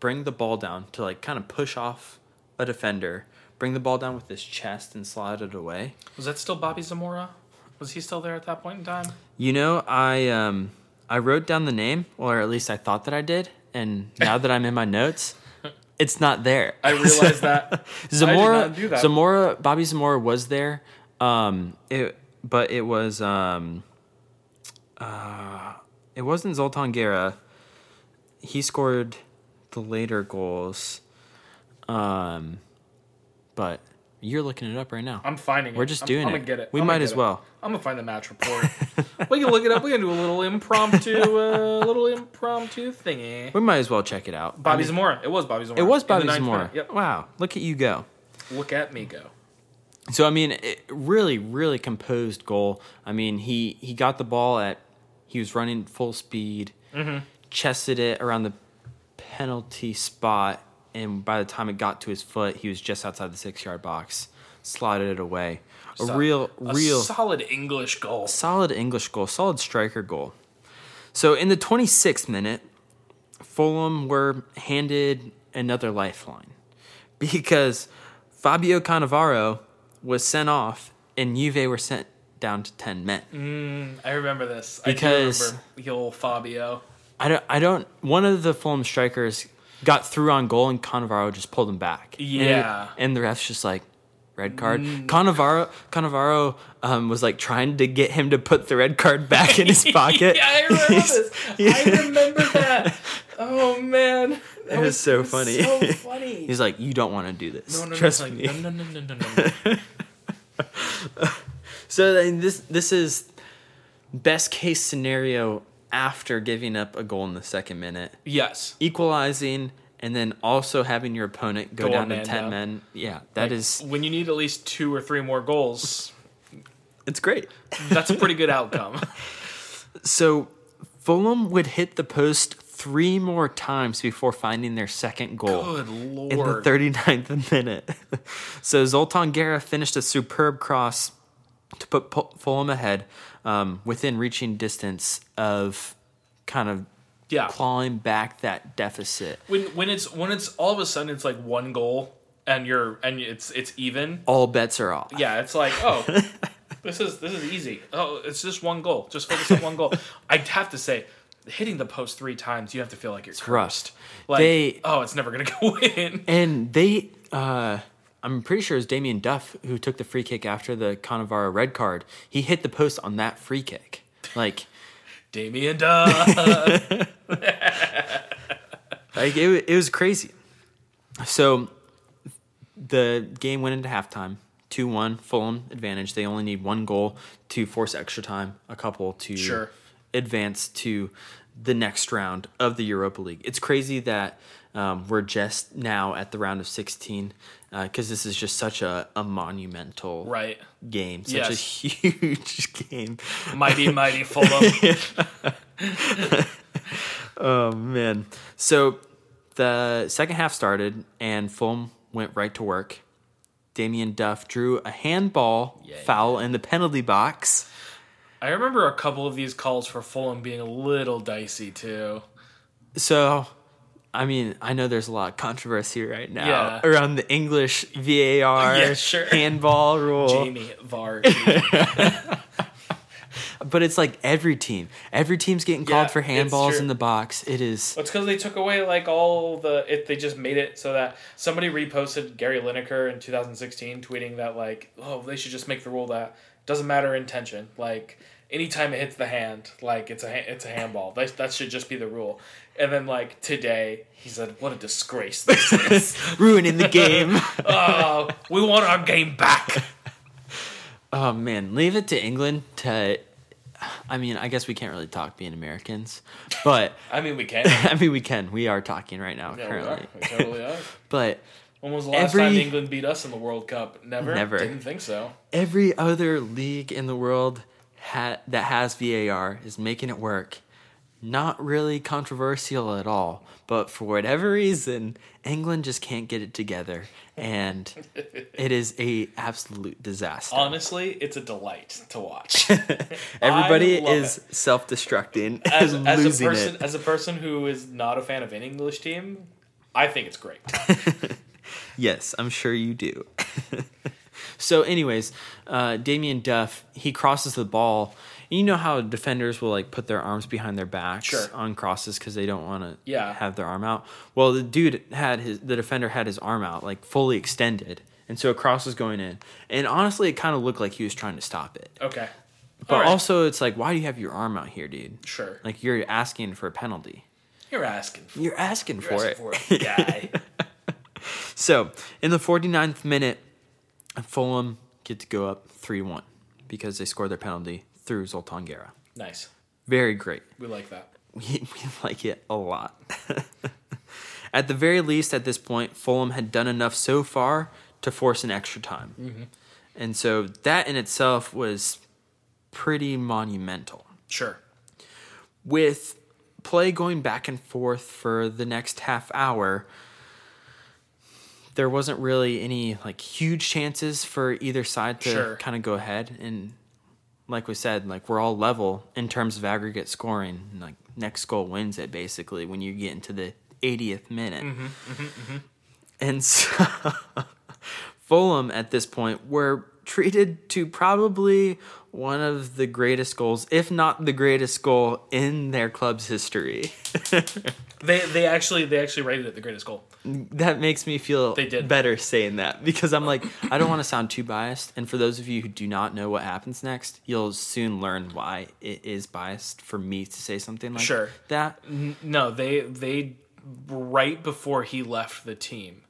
S2: bring the ball down to like kind of push off a defender, bring the ball down with his chest and slide it away.
S1: Was that still Bobby Zamora? Was he still there at that point in time?
S2: You know, I um I wrote down the name, or at least I thought that I did, and now that I'm in my notes, it's not there.
S1: I realized that.
S2: Zamora,
S1: I did not do that.
S2: Zamora, Bobby Zamora was there. Um, it, but it was um, uh, it wasn't Zoltan Guerra. He scored the later goals. Um, but you're looking it up right now.
S1: I'm finding it.
S2: *laughs* We're just
S1: I'm- I'm
S2: doing it.
S1: gonna get it.
S2: We
S1: I'm gonna
S2: might
S1: get
S2: as
S1: it.
S2: well.
S1: I'm gonna find the match
S2: *laughs*
S1: report. we can look it up. We can do a little impromptu, uh, little impromptu thingy.
S2: We might as well check it out.
S1: Bobby Zamora. It was Bobby Zamora.
S2: it was
S1: In the
S2: Bobby
S1: ninth
S2: Zamora.
S1: minute. Yep.
S2: Wow, look at you go.
S1: Look at me go.
S2: So I mean, it really, really composed goal. I mean, he he got the ball at he was running full speed,
S1: Mm-hmm.
S2: chested it around the penalty spot, and by the time it got to his foot, he was just outside the six yard box, slotted it away. A
S1: So-
S2: real,
S1: a
S2: real
S1: solid English goal.
S2: solid English goal, solid striker goal. So in the 26th minute, Fulham were handed another lifeline *laughs* because Fabio Cannavaro was sent off and Juve were sent down to 10 men.
S1: I remember this
S2: Because-
S1: I do remember the old Fabio.
S2: I don't I don't one of the Fulham strikers got through on goal and Cannavaro just pulled him back. And it-
S1: Yeah. Mm.
S2: And, the ref's just like red card. Cannavaro Cannavaro um, was like trying to get him to put the red card back in his *laughs*
S1: *laughs*
S2: pocket.
S1: yeah, I remember this. I remember
S2: *laughs*
S1: that. Oh man, that
S2: It was so funny.
S1: So funny.
S2: *laughs* He's like, you don't want to do this.
S1: No, no, no,
S2: Trust
S1: like,
S2: me.
S1: No,
S2: *laughs*
S1: no, no, no, no, no.
S2: So then this this is best case scenario after giving up a goal in the second minute,
S1: yes.
S2: equalizing, and then also having your opponent go
S1: Go
S2: down
S1: on
S2: to
S1: man
S2: ten
S1: down.
S2: men. Yeah, that is
S1: when you need at least two or three more goals.
S2: it's great.
S1: That's a pretty good
S2: *laughs*
S1: outcome.
S2: So Fulham would hit the post three more times before finding their second goal.
S1: Good lord.
S2: in the 39th *laughs* minute. so Zoltan Guerra finished a superb cross to put Pul- Fulham ahead um, within reaching distance of kind of
S1: Yeah.
S2: clawing back that deficit.
S1: when when it's when it's all of a sudden it's like one goal and you're and it's it's even.
S2: All bets are off.
S1: Yeah, it's like
S2: *laughs*
S1: oh, this is this is easy. Oh, it's just one goal. Just focus on one goal.
S2: *laughs*
S1: I would have to say, hitting the post three times, you have to feel like you're
S2: Thrust.
S1: cursed. Like
S2: They-
S1: oh, it's never gonna *laughs* go in.
S2: And they, uh, I'm pretty sure it was Damien Duff who took the free kick after the Cannavaro red card. He hit the post on that free kick. Like,
S1: Damien Duff.
S2: Like it, wa- it was crazy. So the game went into halftime. 2 1, Fulham advantage. They only need one goal to force extra time, a couple to
S1: Sure.
S2: advance to the next round of the Europa League. It's crazy that um, we're just now at the round of 16 because this is just such a, a monumental
S1: right.
S2: game, such a
S1: Yes.
S2: *laughs* huge game.
S1: Mighty, mighty Fulham.
S2: Man. So the second half started and Fulham went right to work. Damien Duff drew a handball foul in the penalty box.
S1: I remember a couple of these calls for Fulham being a little dicey too.
S2: So, I mean, I know there's a lot of controversy right now
S1: Yeah.
S2: around the English VAR
S1: *laughs* Yeah, sure.
S2: handball rule.
S1: Jamie Var. *laughs* dude.
S2: But it's like every team. Every team's getting
S1: Yeah,
S2: called for
S1: it's
S2: handballs
S1: true.
S2: in the box.
S1: *laughs*
S2: It is.
S1: It's because they took away like all the. It, they just made it so that somebody reposted Gary Lineker in 2016, tweeting that like, oh, they should just make the rule that doesn't matter intention. Like anytime it hits the hand, like it's a ha- it's a handball. That that should just be the rule. And then like today, he said, what a disgrace this is.
S2: Ruining
S1: *laughs*
S2: the game.
S1: oh, we want our game back.
S2: Oh man, leave it to England to. I mean, I guess we can't really talk being Americans, but
S1: *laughs* I mean, we can.
S2: *laughs* I mean we can. We are talking right now
S1: Yeah, we are.
S2: currently,
S1: We totally are.
S2: but
S1: When was the last
S2: Every-
S1: time England beat us in the World Cup? Never.
S2: Never.
S1: Didn't think so.
S2: every other league in the world ha- that has VAR is making it work. Not really controversial at all, but for whatever reason, England just can't get it together, and
S1: *laughs*
S2: it is a absolute disaster.
S1: Honestly, it's a delight to
S2: *laughs*
S1: watch. I
S2: Everybody
S1: love
S2: is self-destructing
S1: as,
S2: and
S1: as a
S2: losing
S1: person
S2: it.
S1: as a person who is not a fan of any English team, I think it's great.
S2: Yes, I'm sure you do. *laughs* so, anyways, uh, Damien Duff he crosses the ball. You know how defenders will like put their arms behind their backs
S1: Sure.
S2: on crosses because they don't want to
S1: Yeah.
S2: have their arm out. Well, the dude had his the defender had his arm out like fully extended, and so a cross was going in. And honestly, it kind of looked like he was trying to stop it.
S1: Okay.
S2: But
S1: All right.
S2: also, it's like, why do you have your arm out here, dude?
S1: Sure.
S2: Like you're asking for a penalty.
S1: You're asking for,
S2: You're asking for
S1: you're
S2: it.
S1: asking
S2: *laughs*
S1: for it, guy.
S2: So in the 49th minute, Fulham get to go up 3 1 because they scored their penalty through Zoltan Guerra.
S1: nice.
S2: Very great. *laughs*
S1: We like that.
S2: We, we like it a lot. *laughs* at the very least, at this point, Fulham had done enough so far to force an extra time. And so that in itself was pretty monumental
S1: Sure.
S2: with play going back and forth for the next half hour there wasn't really any like huge chances for either side to
S1: Sure.
S2: kind of go ahead and like we said like we're all level in terms of aggregate scoring and, like next goal wins it basically when you get into the 80th minute and *laughs* so Fulham at this point were treated to probably one of the greatest goals, if not the greatest goal in their club's history.
S1: They they actually they actually rated it the greatest goal.
S2: that makes me feel
S1: They did.
S2: better saying that because I'm like, I don't want to sound too biased. And for those of you who do not know what happens next, you'll soon learn why it is biased for me to say something like
S1: Sure.
S2: that.
S1: No, they they right before he left the team.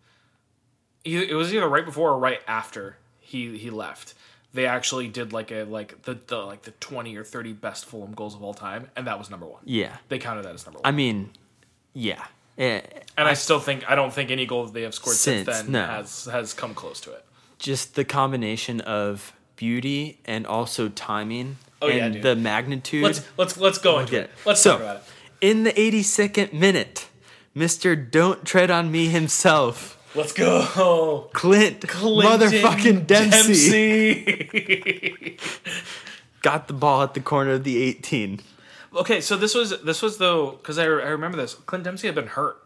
S1: Either- It was either right before or right after he he left. They actually did like a like the, the like the twenty or thirty best Fulham goals of all time, and that was number one.
S2: Yeah.
S1: They counted that as number one.
S2: I mean, yeah. Eh,
S1: and I, still think I don't think any goal that they have scored since,
S2: Since,
S1: then
S2: no.
S1: has has come close to it.
S2: just the combination of beauty and also timing
S1: Oh, yeah,
S2: and
S1: dude.
S2: the magnitude.
S1: Let's let's let's go into
S2: Yeah.
S1: it. Let's
S2: so,
S1: talk about it.
S2: In the 82nd minute, Mr. Don't Tread on Me himself,
S1: Let's go.
S2: Clint,
S1: Clinton
S2: motherfucking Dempsey,
S1: Dempsey. *laughs*
S2: got the ball at the corner of the 18.
S1: Okay, so this was this was though because I, I remember this. Clint Dempsey had been hurt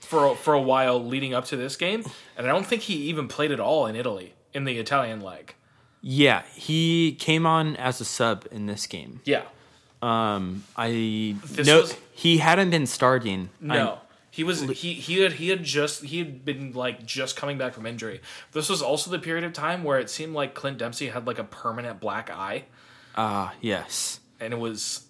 S1: for a, for a while leading up to this game, and I don't think he even played at all in Italy in the Italian leg.
S2: Yeah, he came on as a sub in this game.
S1: Yeah,
S2: Um, I
S1: This
S2: no,
S1: was-
S2: he hadn't been starting.
S1: no, he was he he had he had just he had been like just coming back from injury. This was also the period of time where it seemed like Clint Dempsey had like a permanent black eye,
S2: Ah, yes,
S1: and it was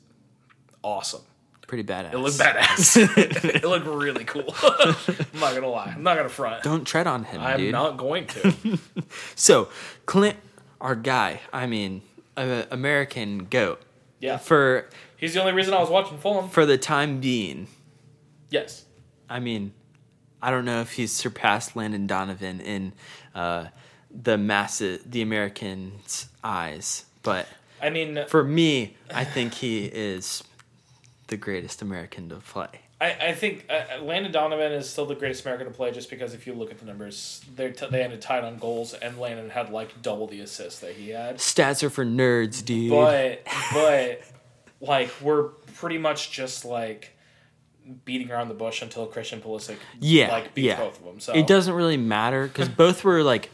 S1: awesome.
S2: pretty badass.
S1: It looked badass. *laughs* it looked really cool. I'm not gonna lie. I'm not gonna front.
S2: Don't tread on him,
S1: I'm
S2: dude.
S1: not going to.
S2: So, Clint, our guy, I mean, uh, American goat
S1: Yeah.
S2: *laughs* for
S1: He's the only reason I was watching Fulham.
S2: for the time being.
S1: Yes.
S2: I mean, I don't know if he's surpassed Landon Donovan in uh, the masses, the Americans' eyes, but
S1: I mean,
S2: for me, I think he is the greatest American to play.
S1: I, I think uh, Landon Donovan is still the greatest American to play just because if you look at the numbers, they t- they ended tied on goals, and Landon had like double the assists that he had.
S2: Stats are for nerds, dude.
S1: But but like we're pretty much just like beating around the bush until Christian Pulisic
S2: yeah,
S1: like beats
S2: yeah.
S1: both of them. So
S2: It doesn't really matter
S1: *laughs*
S2: because both were like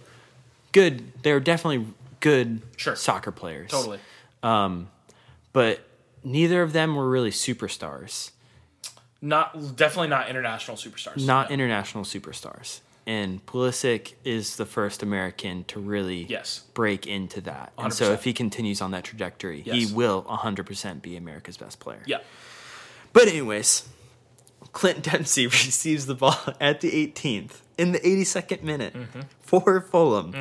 S2: good. They were definitely good
S1: Sure.
S2: soccer players.
S1: totally.
S2: but neither of them were really superstars,
S1: Not definitely not international superstars.
S2: not international superstars. And Pulisic is the first American to really
S1: Yes.
S2: break into that. And so
S1: 100%.
S2: if he continues on that trajectory,
S1: Yes.
S2: he will 100% be America's best player.
S1: Yeah.
S2: But anyways, Clint *laughs* Dempsey receives the ball at the 18th in the 82nd minute
S1: Mm-hmm.
S2: for Fulham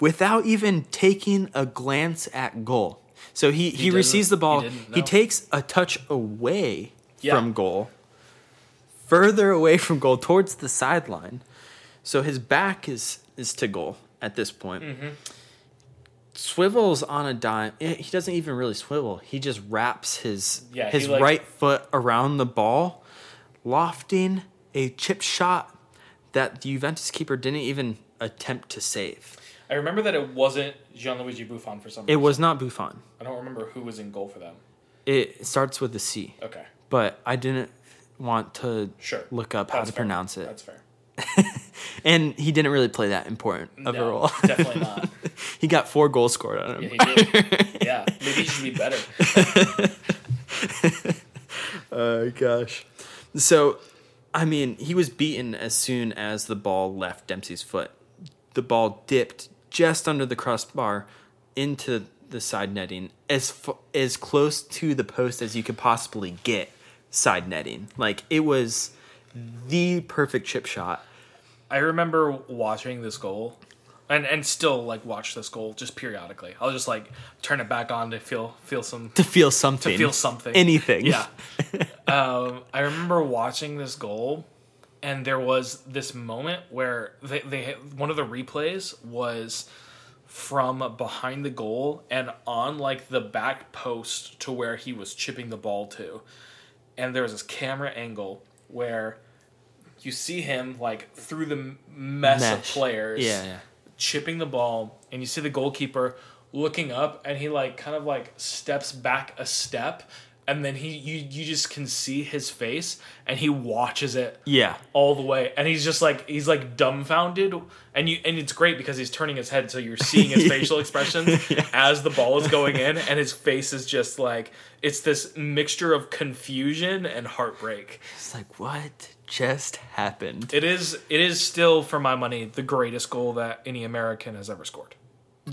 S2: without even taking a glance at goal. So he, he,
S1: doesn't-
S2: receives the ball.
S1: he
S2: He,
S1: didn't, no.
S2: takes a touch away
S1: Yeah.
S2: from goal, further away from goal towards the sideline. So his back is is to goal at this point.
S1: Mm-hmm.
S2: Swivels on a dime. Eh, He doesn't even really swivel. He just wraps his
S1: Yeah, he,
S2: his
S1: like-
S2: right foot around the ball, lofting a chip shot that the Juventus keeper didn't even attempt to save.
S1: I remember that it wasn't Gianluigi Buffon for some reason.
S2: It was not Buffon.
S1: I don't remember who was in goal for them.
S2: It starts with a C,
S1: Okay.
S2: but I didn't want to
S1: Sure.
S2: look up how
S1: That's
S2: to
S1: fair.
S2: pronounce it.
S1: That's fair.
S2: and he didn't really play that important of a
S1: No,
S2: role.
S1: definitely not.
S2: *laughs* he got four goals scored on him.
S1: Yeah, he
S2: *laughs*
S1: did. yeah, maybe he should be better.
S2: Oh gosh. So, I mean, he was beaten as soon as the ball left Dempsey's foot. The ball dipped just under the crossbar into the side netting, as f- as close to the post as you could possibly get side netting. Like it was the perfect chip shot.
S1: I remember watching this goal, and and still like watch this goal just periodically. I'll just like turn it back on to feel feel some.
S2: To feel something.
S1: feel something.
S2: Anything.
S1: Yeah.
S2: *laughs*
S1: um, I remember watching this goal, and there was this moment where they, they one of the replays was from behind the goal and on like the back post to where he was chipping the ball to, and there was this camera angle where you see him like through the m- mess, of
S2: Mesh.
S1: players
S2: Yeah, yeah.
S1: chipping the ball and you see the goalkeeper looking up and he like kind of like steps back a step and then he you you just can see his face and he watches it
S2: Yeah.
S1: all the way and he's just like he's like dumbfounded and you and it's great because he's turning his head so you're seeing his facial expressions as the ball is going in and his face is just like it's this mixture of confusion and heartbreak
S2: It's like, what just happened?
S1: it is it is still for my money the greatest goal that any american has ever scored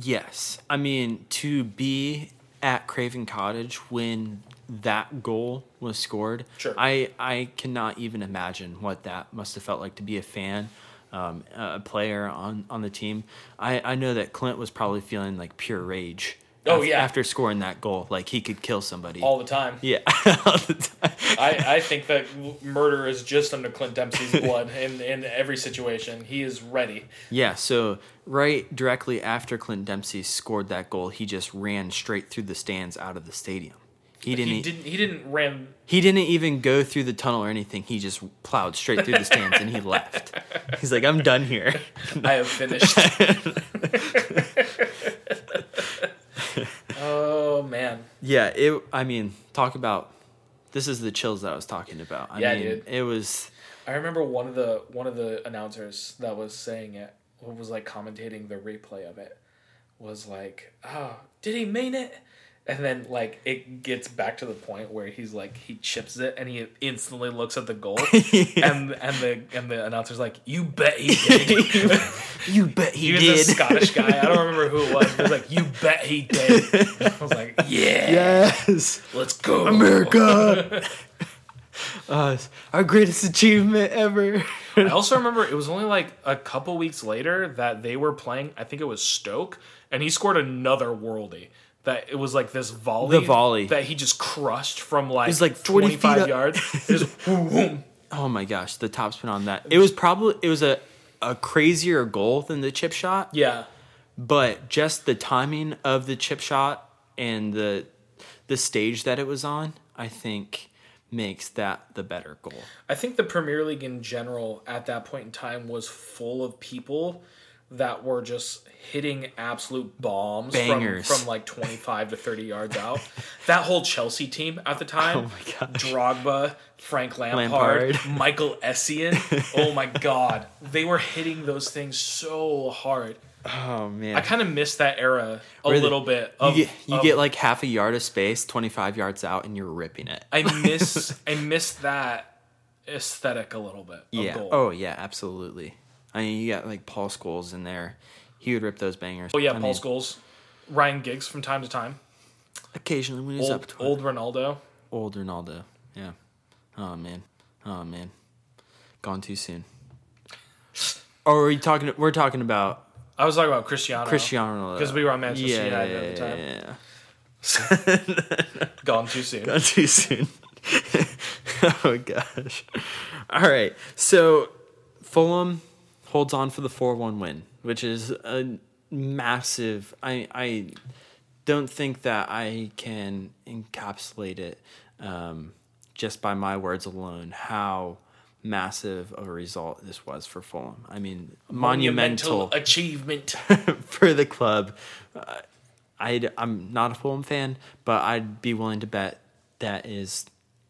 S2: Yes. I mean, to be at Craven Cottage when that goal was scored,
S1: Sure.
S2: I, I cannot even imagine what that must have felt like to be a fan, um, a player on, on the team. I, I know that Clint was probably feeling like pure rage.
S1: Oh,
S2: af-
S1: yeah.
S2: After scoring that goal, like he could kill somebody.
S1: all the time
S2: yeah. *laughs* All the time.
S1: I, I think that murder is just under Clint Dempsey's blood in, in every situation. He is ready.
S2: Yeah, so right directly after Clint Dempsey scored that goal, he just ran straight through the stands out of the stadium. He didn't. e-,
S1: He didn't he didn't ran
S2: He didn't even go through the tunnel or anything. He just plowed straight through the stands
S1: *laughs*
S2: and he left. He's like, I'm done here.
S1: I have finished. *laughs* oh man.
S2: Yeah, it. I mean, talk about. This is the chills that I was talking about. I
S1: Yeah,
S2: mean,
S1: dude.
S2: it
S1: *laughs*
S2: was.
S1: I remember one of the one of the announcers that was saying it who was like commentating the replay of it was like, "Oh, did he mean it?" And then like it gets back to the point where he's like he chips it and he instantly looks at the *laughs* goal and and the and the announcer's like, "You bet *laughs* he did."
S2: You bet he,
S1: He was
S2: did.
S1: a Scottish guy. I don't remember who it was. He was like, "You bet he *laughs* did." I was like, "Yeah,
S2: *laughs* yes,
S1: let's go,
S2: America. *laughs* uh, our greatest achievement ever.
S1: I also remember it was only like a couple weeks later that they were playing. I think it was Stoke, and he scored another worldy. That it was like this volley,
S2: The volley.
S1: that he just crushed from like,
S2: was like 40 feet
S1: 25
S2: up.
S1: yards. It
S2: *laughs*
S1: was whoom, whoom.
S2: Oh my gosh, the topspin on that. It was probably it was a a crazier goal than the chip shot.
S1: yeah,
S2: but just the timing of the chip shot and the the stage that it was on, I think makes that the better goal.
S1: I think the Premier League in general at that point in time was full of people that were just hitting absolute bombs from,
S2: Bangers.
S1: from like 25 to 30 yards out. That whole Chelsea team at
S2: *laughs*
S1: the time,
S2: Oh my gosh.
S1: Drogba, Frank Lampard,
S2: Lampard. *laughs*
S1: Michael Essien, oh my god, they were hitting those things so hard.
S2: Oh man.
S1: I kind of miss that era a
S2: Really?
S1: little bit.
S2: you
S1: Of,
S2: get, you
S1: of-
S2: get like half a yard of space, 25 yards out and you're ripping it.
S1: I miss I miss that aesthetic a little bit. of
S2: yeah.
S1: goal.
S2: Oh yeah, absolutely. I mean, you got like Paul Scholes in there. He would rip those bangers.
S1: Oh yeah,
S2: I
S1: Paul's
S2: mean,
S1: goals. Ryan Giggs from time to time.
S2: Occasionally when he's up
S1: Old,
S2: to
S1: old Ronaldo.
S2: old Ronaldo. Yeah. Oh man. Oh man. Gone too soon. Or are you talking? We're talking about
S1: I was talking about Cristiano.
S2: Cristiano Ronaldo.
S1: Oh. 'Cause we were on Manchester United at the time.
S2: yeah, *laughs*
S1: Gone too soon.
S2: yeah. Too soon. *laughs* oh gosh. All right. So Fulham holds on for the four-one win, which is a massive. I I don't think that I can encapsulate it um, just by my words alone. How massive of a result this was for Fulham. I mean, monumental. *laughs*
S1: achievement.
S2: for the club. Uh, I'd, I'm not a Fulham fan, but I'd be willing to bet that is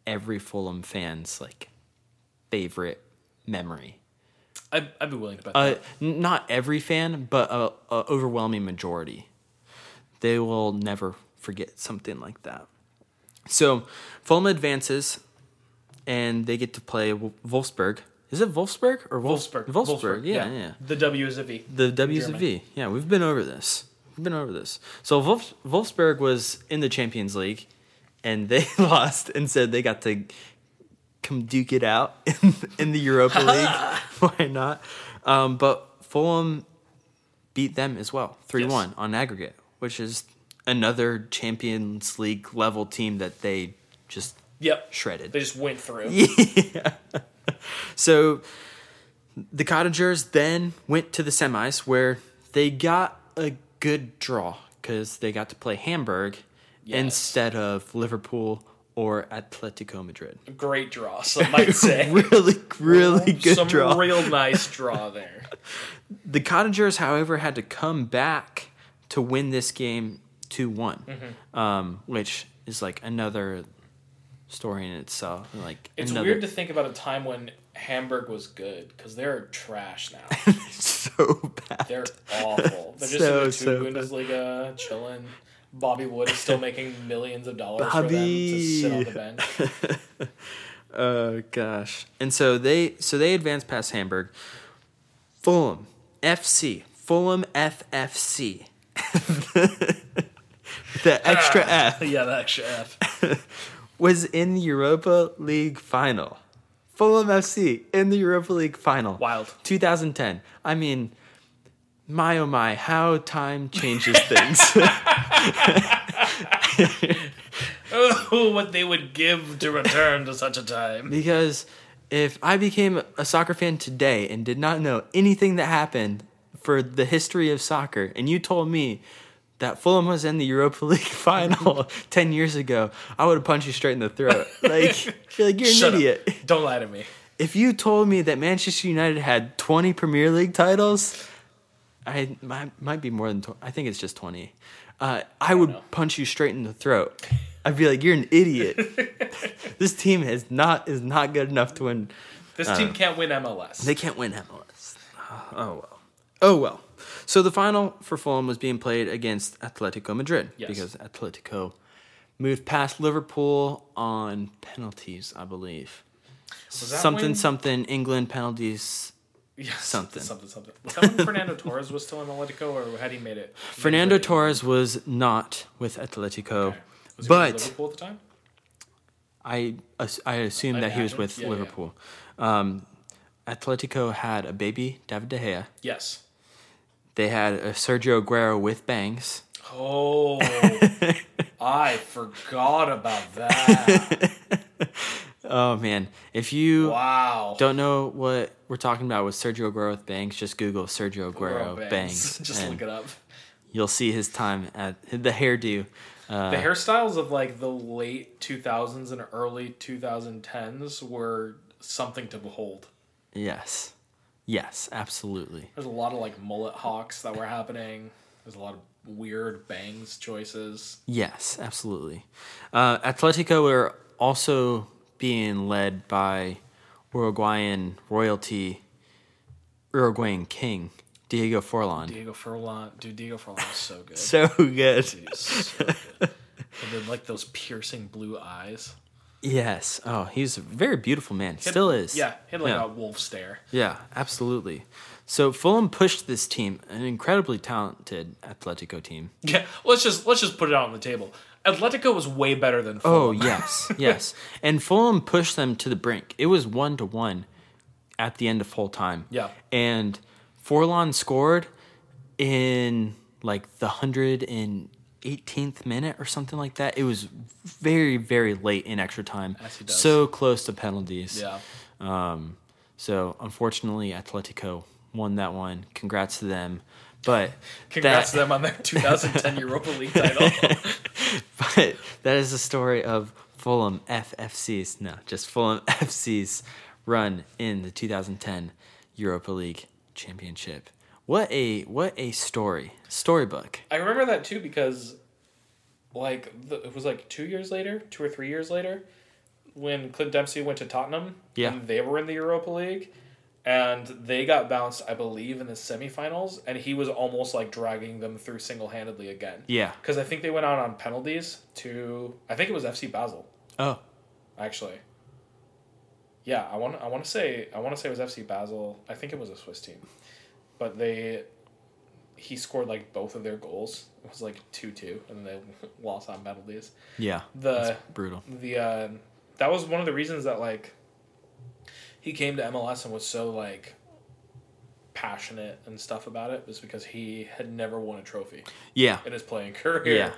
S2: every Fulham fan's like favorite memory.
S1: I, I'd be willing to bet.
S2: Uh, n- not every fan, but a, a overwhelming majority. They will never forget something like that. So Fulham advances, and they get to play Wo- Wolfsburg. Is it Wolfsburg or Wolf-
S1: Wolfsburg.
S2: Wolfsburg, yeah, yeah.
S1: The W is a V.
S2: The W's
S1: Germany.
S2: a V. Yeah, we've been over this. We've been over this. So Wolfs- Wolfsburg was in the Champions League, and they *laughs* lost, and said they got to come duke it out *laughs* in, in the Europa League. Why not? Um, but Fulham beat them as well, three one on aggregate, which is another Champions League level team that they just
S1: Yep.
S2: shredded.
S1: They just went through.
S2: So the Cottagers then went to the semis where they got a good draw because they got to play Hamburg instead of Liverpool or Atletico
S1: *laughs*
S2: Madrid.
S1: Great draw,
S2: *laughs*
S1: some might say.
S2: Really, really good
S1: some
S2: draw.
S1: real nice draw
S2: *laughs*
S1: there.
S2: the Cottagers, however, had to come back
S1: Mm-hmm.
S2: to win this game 2 one um, which is like another story in itself. and, Like
S1: It's
S2: another,
S1: weird to think about a time when Hamburg was good because they're trash now.
S2: *laughs* so bad.
S1: They're
S2: *laughs*
S1: awful. They're just
S2: So,
S1: in the two
S2: so bad.
S1: Bundesliga, chilling. Bobby Wood is still making millions of dollars for them to
S2: Bobby.
S1: sit on the bench.
S2: *laughs* Oh gosh. And so they so they advance past Hamburg. Fulham FC. Fulham FFC. *laughs* the extra F
S1: yeah, that extra *laughs* F.
S2: was in the Europa League final. Fulham FC in the Europa League final.
S1: Wild.
S2: 2010. I mean, my oh my, how time changes things.
S1: Oh, what they would give to return to such a time.
S2: Because if I became a soccer fan today and did not know anything that happened for the history of soccer, and you told me that Fulham was in the Europa *laughs* League final 10 years ago, I would have punched you straight in
S1: *laughs*
S2: the throat. Like, you're, like, *laughs* you're an
S1: Shut
S2: idiot.
S1: up. *laughs* Don't lie to me.
S2: If you told me that Manchester United had 20 Premier League titles, I might, might be more than 20. I think it's just 20. Uh, I would punch you straight in the throat. I'd be like, "You're an idiot.
S1: *laughs*
S2: this team is not is not good enough to win.
S1: This team can't win MLS.
S2: Uh, They can't win MLS." Oh well. Oh well. So the final for Fulham was being played against Atletico Madrid
S1: Yes.
S2: because Atletico moved past Liverpool on penalties, I believe.
S1: that
S2: Something
S1: when-
S2: something England penalties
S1: Yes,
S2: Something.
S1: Something, something. Was that when
S2: *laughs*
S1: Fernando Torres was still in Atletico, or had he made it?
S2: Fernando Torres was not with Atletico,
S1: Was he with
S2: but
S1: Liverpool at the time?
S2: I as- I assume that he was
S1: imagine.
S2: with
S1: Yeah, yeah.
S2: Liverpool. Um, Atletico had a baby, David De Gea.
S1: Yes.
S2: They had a Sergio Aguero with bangs. *laughs*
S1: Oh, I forgot about
S2: *laughs*
S1: that.
S2: Oh man, if you
S1: Wow.
S2: don't know what we're talking about with Sergio Aguero with bangs, just Google Sergio Aguero,
S1: Bro,
S2: bangs,
S1: Oh, *laughs* Just
S2: and
S1: look it up.
S2: you'll see his time at the hairdo. uh,
S1: the hairstyles of like the late 2000s and early 2010s were something to behold.
S2: Yes, yes, absolutely.
S1: There's a lot of like mullet hawks that were happening. There's a lot of weird bangs choices.
S2: Yes, absolutely. Uh, Atletico were also being led by Uruguayan royalty, Uruguayan king, Diego Forlan.
S1: Diego Furlan, dude, Diego Furlan is so good.
S2: So good.
S1: He's so good. And then like those piercing blue eyes.
S2: Yes. Oh, he's a very beautiful man. Still is.
S1: Yeah, he had like
S2: yeah.
S1: a wolf stare. *laughs*
S2: Yeah, absolutely. So Fulham pushed this team, an incredibly talented Atletico team.
S1: Yeah, let's just let's just put it out on the table. Atletico was way better than
S2: Oh
S1: Fulham. *laughs*
S2: yes, yes. And Fulham pushed them to the brink. It was one to one at the end of full time.
S1: Yeah.
S2: And Forlan scored in like the hundred and eighteenth minute or something like that. It was very, very late in extra time.
S1: As he does.
S2: So close to penalties.
S1: Yeah.
S2: So unfortunately Atletico won that one. Congrats to them. But
S1: Congrats
S2: that,
S1: to them on *laughs* their 2010 Europa League title.
S2: But that is the story of Fulham FFC's, no, just Fulham *laughs* FC's run in the 2010 Europa League Championship. What a what a story. Storybook.
S1: I remember that too because, like, the, it was like two years later, two or three years later, when Clint Dempsey went to Tottenham.
S2: Yeah.
S1: And they were in the Europa League, and they got bounced, I believe, in the semifinals, and he was almost like dragging them through single handedly again.
S2: Yeah.
S1: Because I think they went out on penalties to, I think it was FC Basel.
S2: Oh.
S1: actually. Yeah, I want I want to say I want to say it was FC Basel. I think it was a Swiss team, but they he scored like both of their goals. It was like two two, and then they *laughs* lost on penalties.
S2: Yeah.
S1: The
S2: Brutal.
S1: the uh, that was one of the reasons that like he came to MLS and was so like passionate and stuff about it was because he had never won a trophy *laughs*
S2: Yeah.
S1: in his playing career.
S2: Yeah.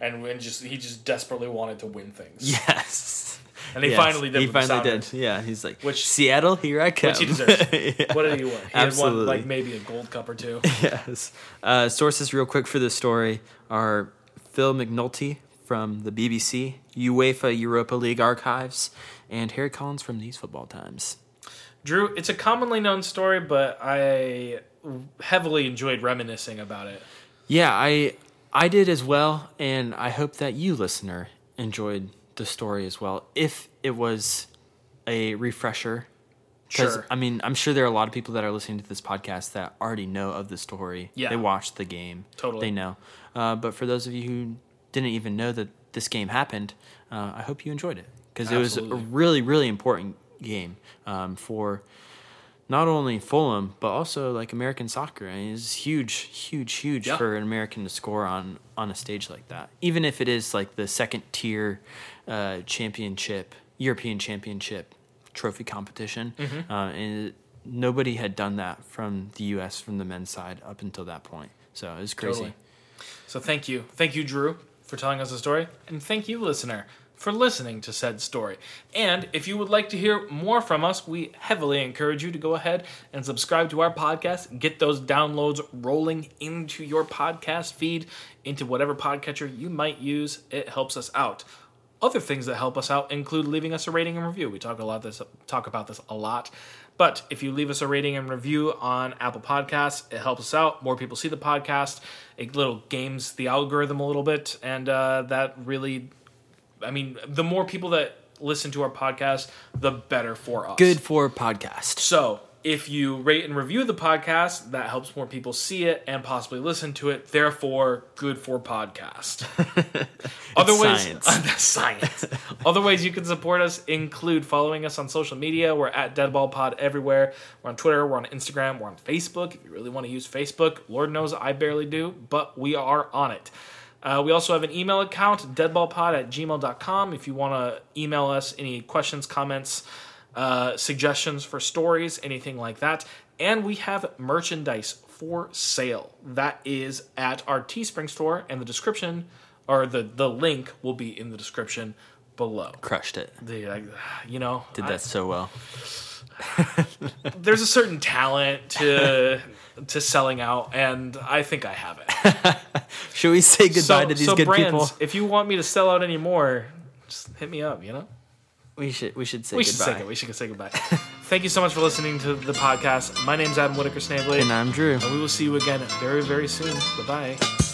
S1: And when just he just desperately wanted to win things.
S2: Yes.
S1: And he
S2: Yes.
S1: finally did
S2: He
S1: with the
S2: finally
S1: Sounders.
S2: did. Yeah. He's like
S1: Which-
S2: which Seattle, here I *laughs* come.
S1: Which he deserves.
S2: Yeah.
S1: What did he win? He
S2: Absolutely.
S1: had won like maybe a gold cup or two.
S2: yes. Uh, sources, real quick, for this story are Phil McNulty from the BBC, UEFA Europa League archives, and Harry Collins from These Football Times.
S1: Drew, it's a commonly known story, but I heavily enjoyed reminiscing about it.
S2: Yeah, I I did as well, and I hope that you, listener, enjoyed the story as well if it was a refresher. 'Cause,
S1: Sure.
S2: I mean, I'm sure there are a lot of people that are listening to this podcast that already know of the story.
S1: Yeah.
S2: They watched the game.
S1: Totally.
S2: They know. Uh, but for those of you who didn't even know that this game happened, uh, I hope you enjoyed it because it was a
S1: Absolutely.
S2: really, really important game um, for not only Fulham but also like American soccer. I mean, it's huge, huge, huge
S1: Yeah.
S2: for an American to score on on a stage like that, even if it is like the second tier uh, championship, European championship trophy competition.
S1: Mm-hmm.
S2: Uh, and nobody had done that from the U.S. from the men's side up until that point. So it was crazy.
S1: Totally. So thank you. Thank you, Drew, for telling us the story. And thank you, listener, for listening to said story. And if you would like to hear more from us, we heavily encourage you to go ahead and subscribe to our podcast. Get those downloads rolling into your podcast feed, into whatever podcatcher you might use. It helps us out. Other things that help us out include leaving us a rating and review. We talk a lot this talk about this a lot. But if you leave us a rating and review on Apple Podcasts, it helps us out. More people see the podcast. It little games the algorithm a little bit, and uh, that really, I mean, the more people that listen to our podcast, the better for us.
S2: Good for a podcast.
S1: So if you rate and review the podcast, that helps more people see it and possibly listen to it. Therefore, good for podcast. Other ways, *laughs*
S2: science.
S1: That's science. Other ways you can support us include following us on social media. We're at Deadball Pod everywhere. We're on Twitter. We're on Instagram. We're on Facebook. If you really want to use Facebook, Lord knows I barely do, but we are on it. Uh, we also have an email account, deadballpod at gmail.com. If you want to email us any questions, comments, uh, suggestions for stories, anything like that. And we have merchandise for sale. That is at our Teespring store, and the description or the, the link will be in the description below.
S2: Crushed it.
S1: Dude, I, you know,
S2: Did
S1: I-
S2: that so well.
S1: there's a certain talent to to selling out, and I think I have it.
S2: Should we say goodbye to these good
S1: brands,
S2: people?
S1: if you want me to sell out anymore, just hit me up. You know.
S2: We should we should say
S1: We
S2: goodbye.
S1: should say it. We should say goodbye. Thank you so much for listening to the podcast. My name's Adam Whitaker Snavely,
S2: and I'm Drew.
S1: and we will see you again very, very soon. Bye bye.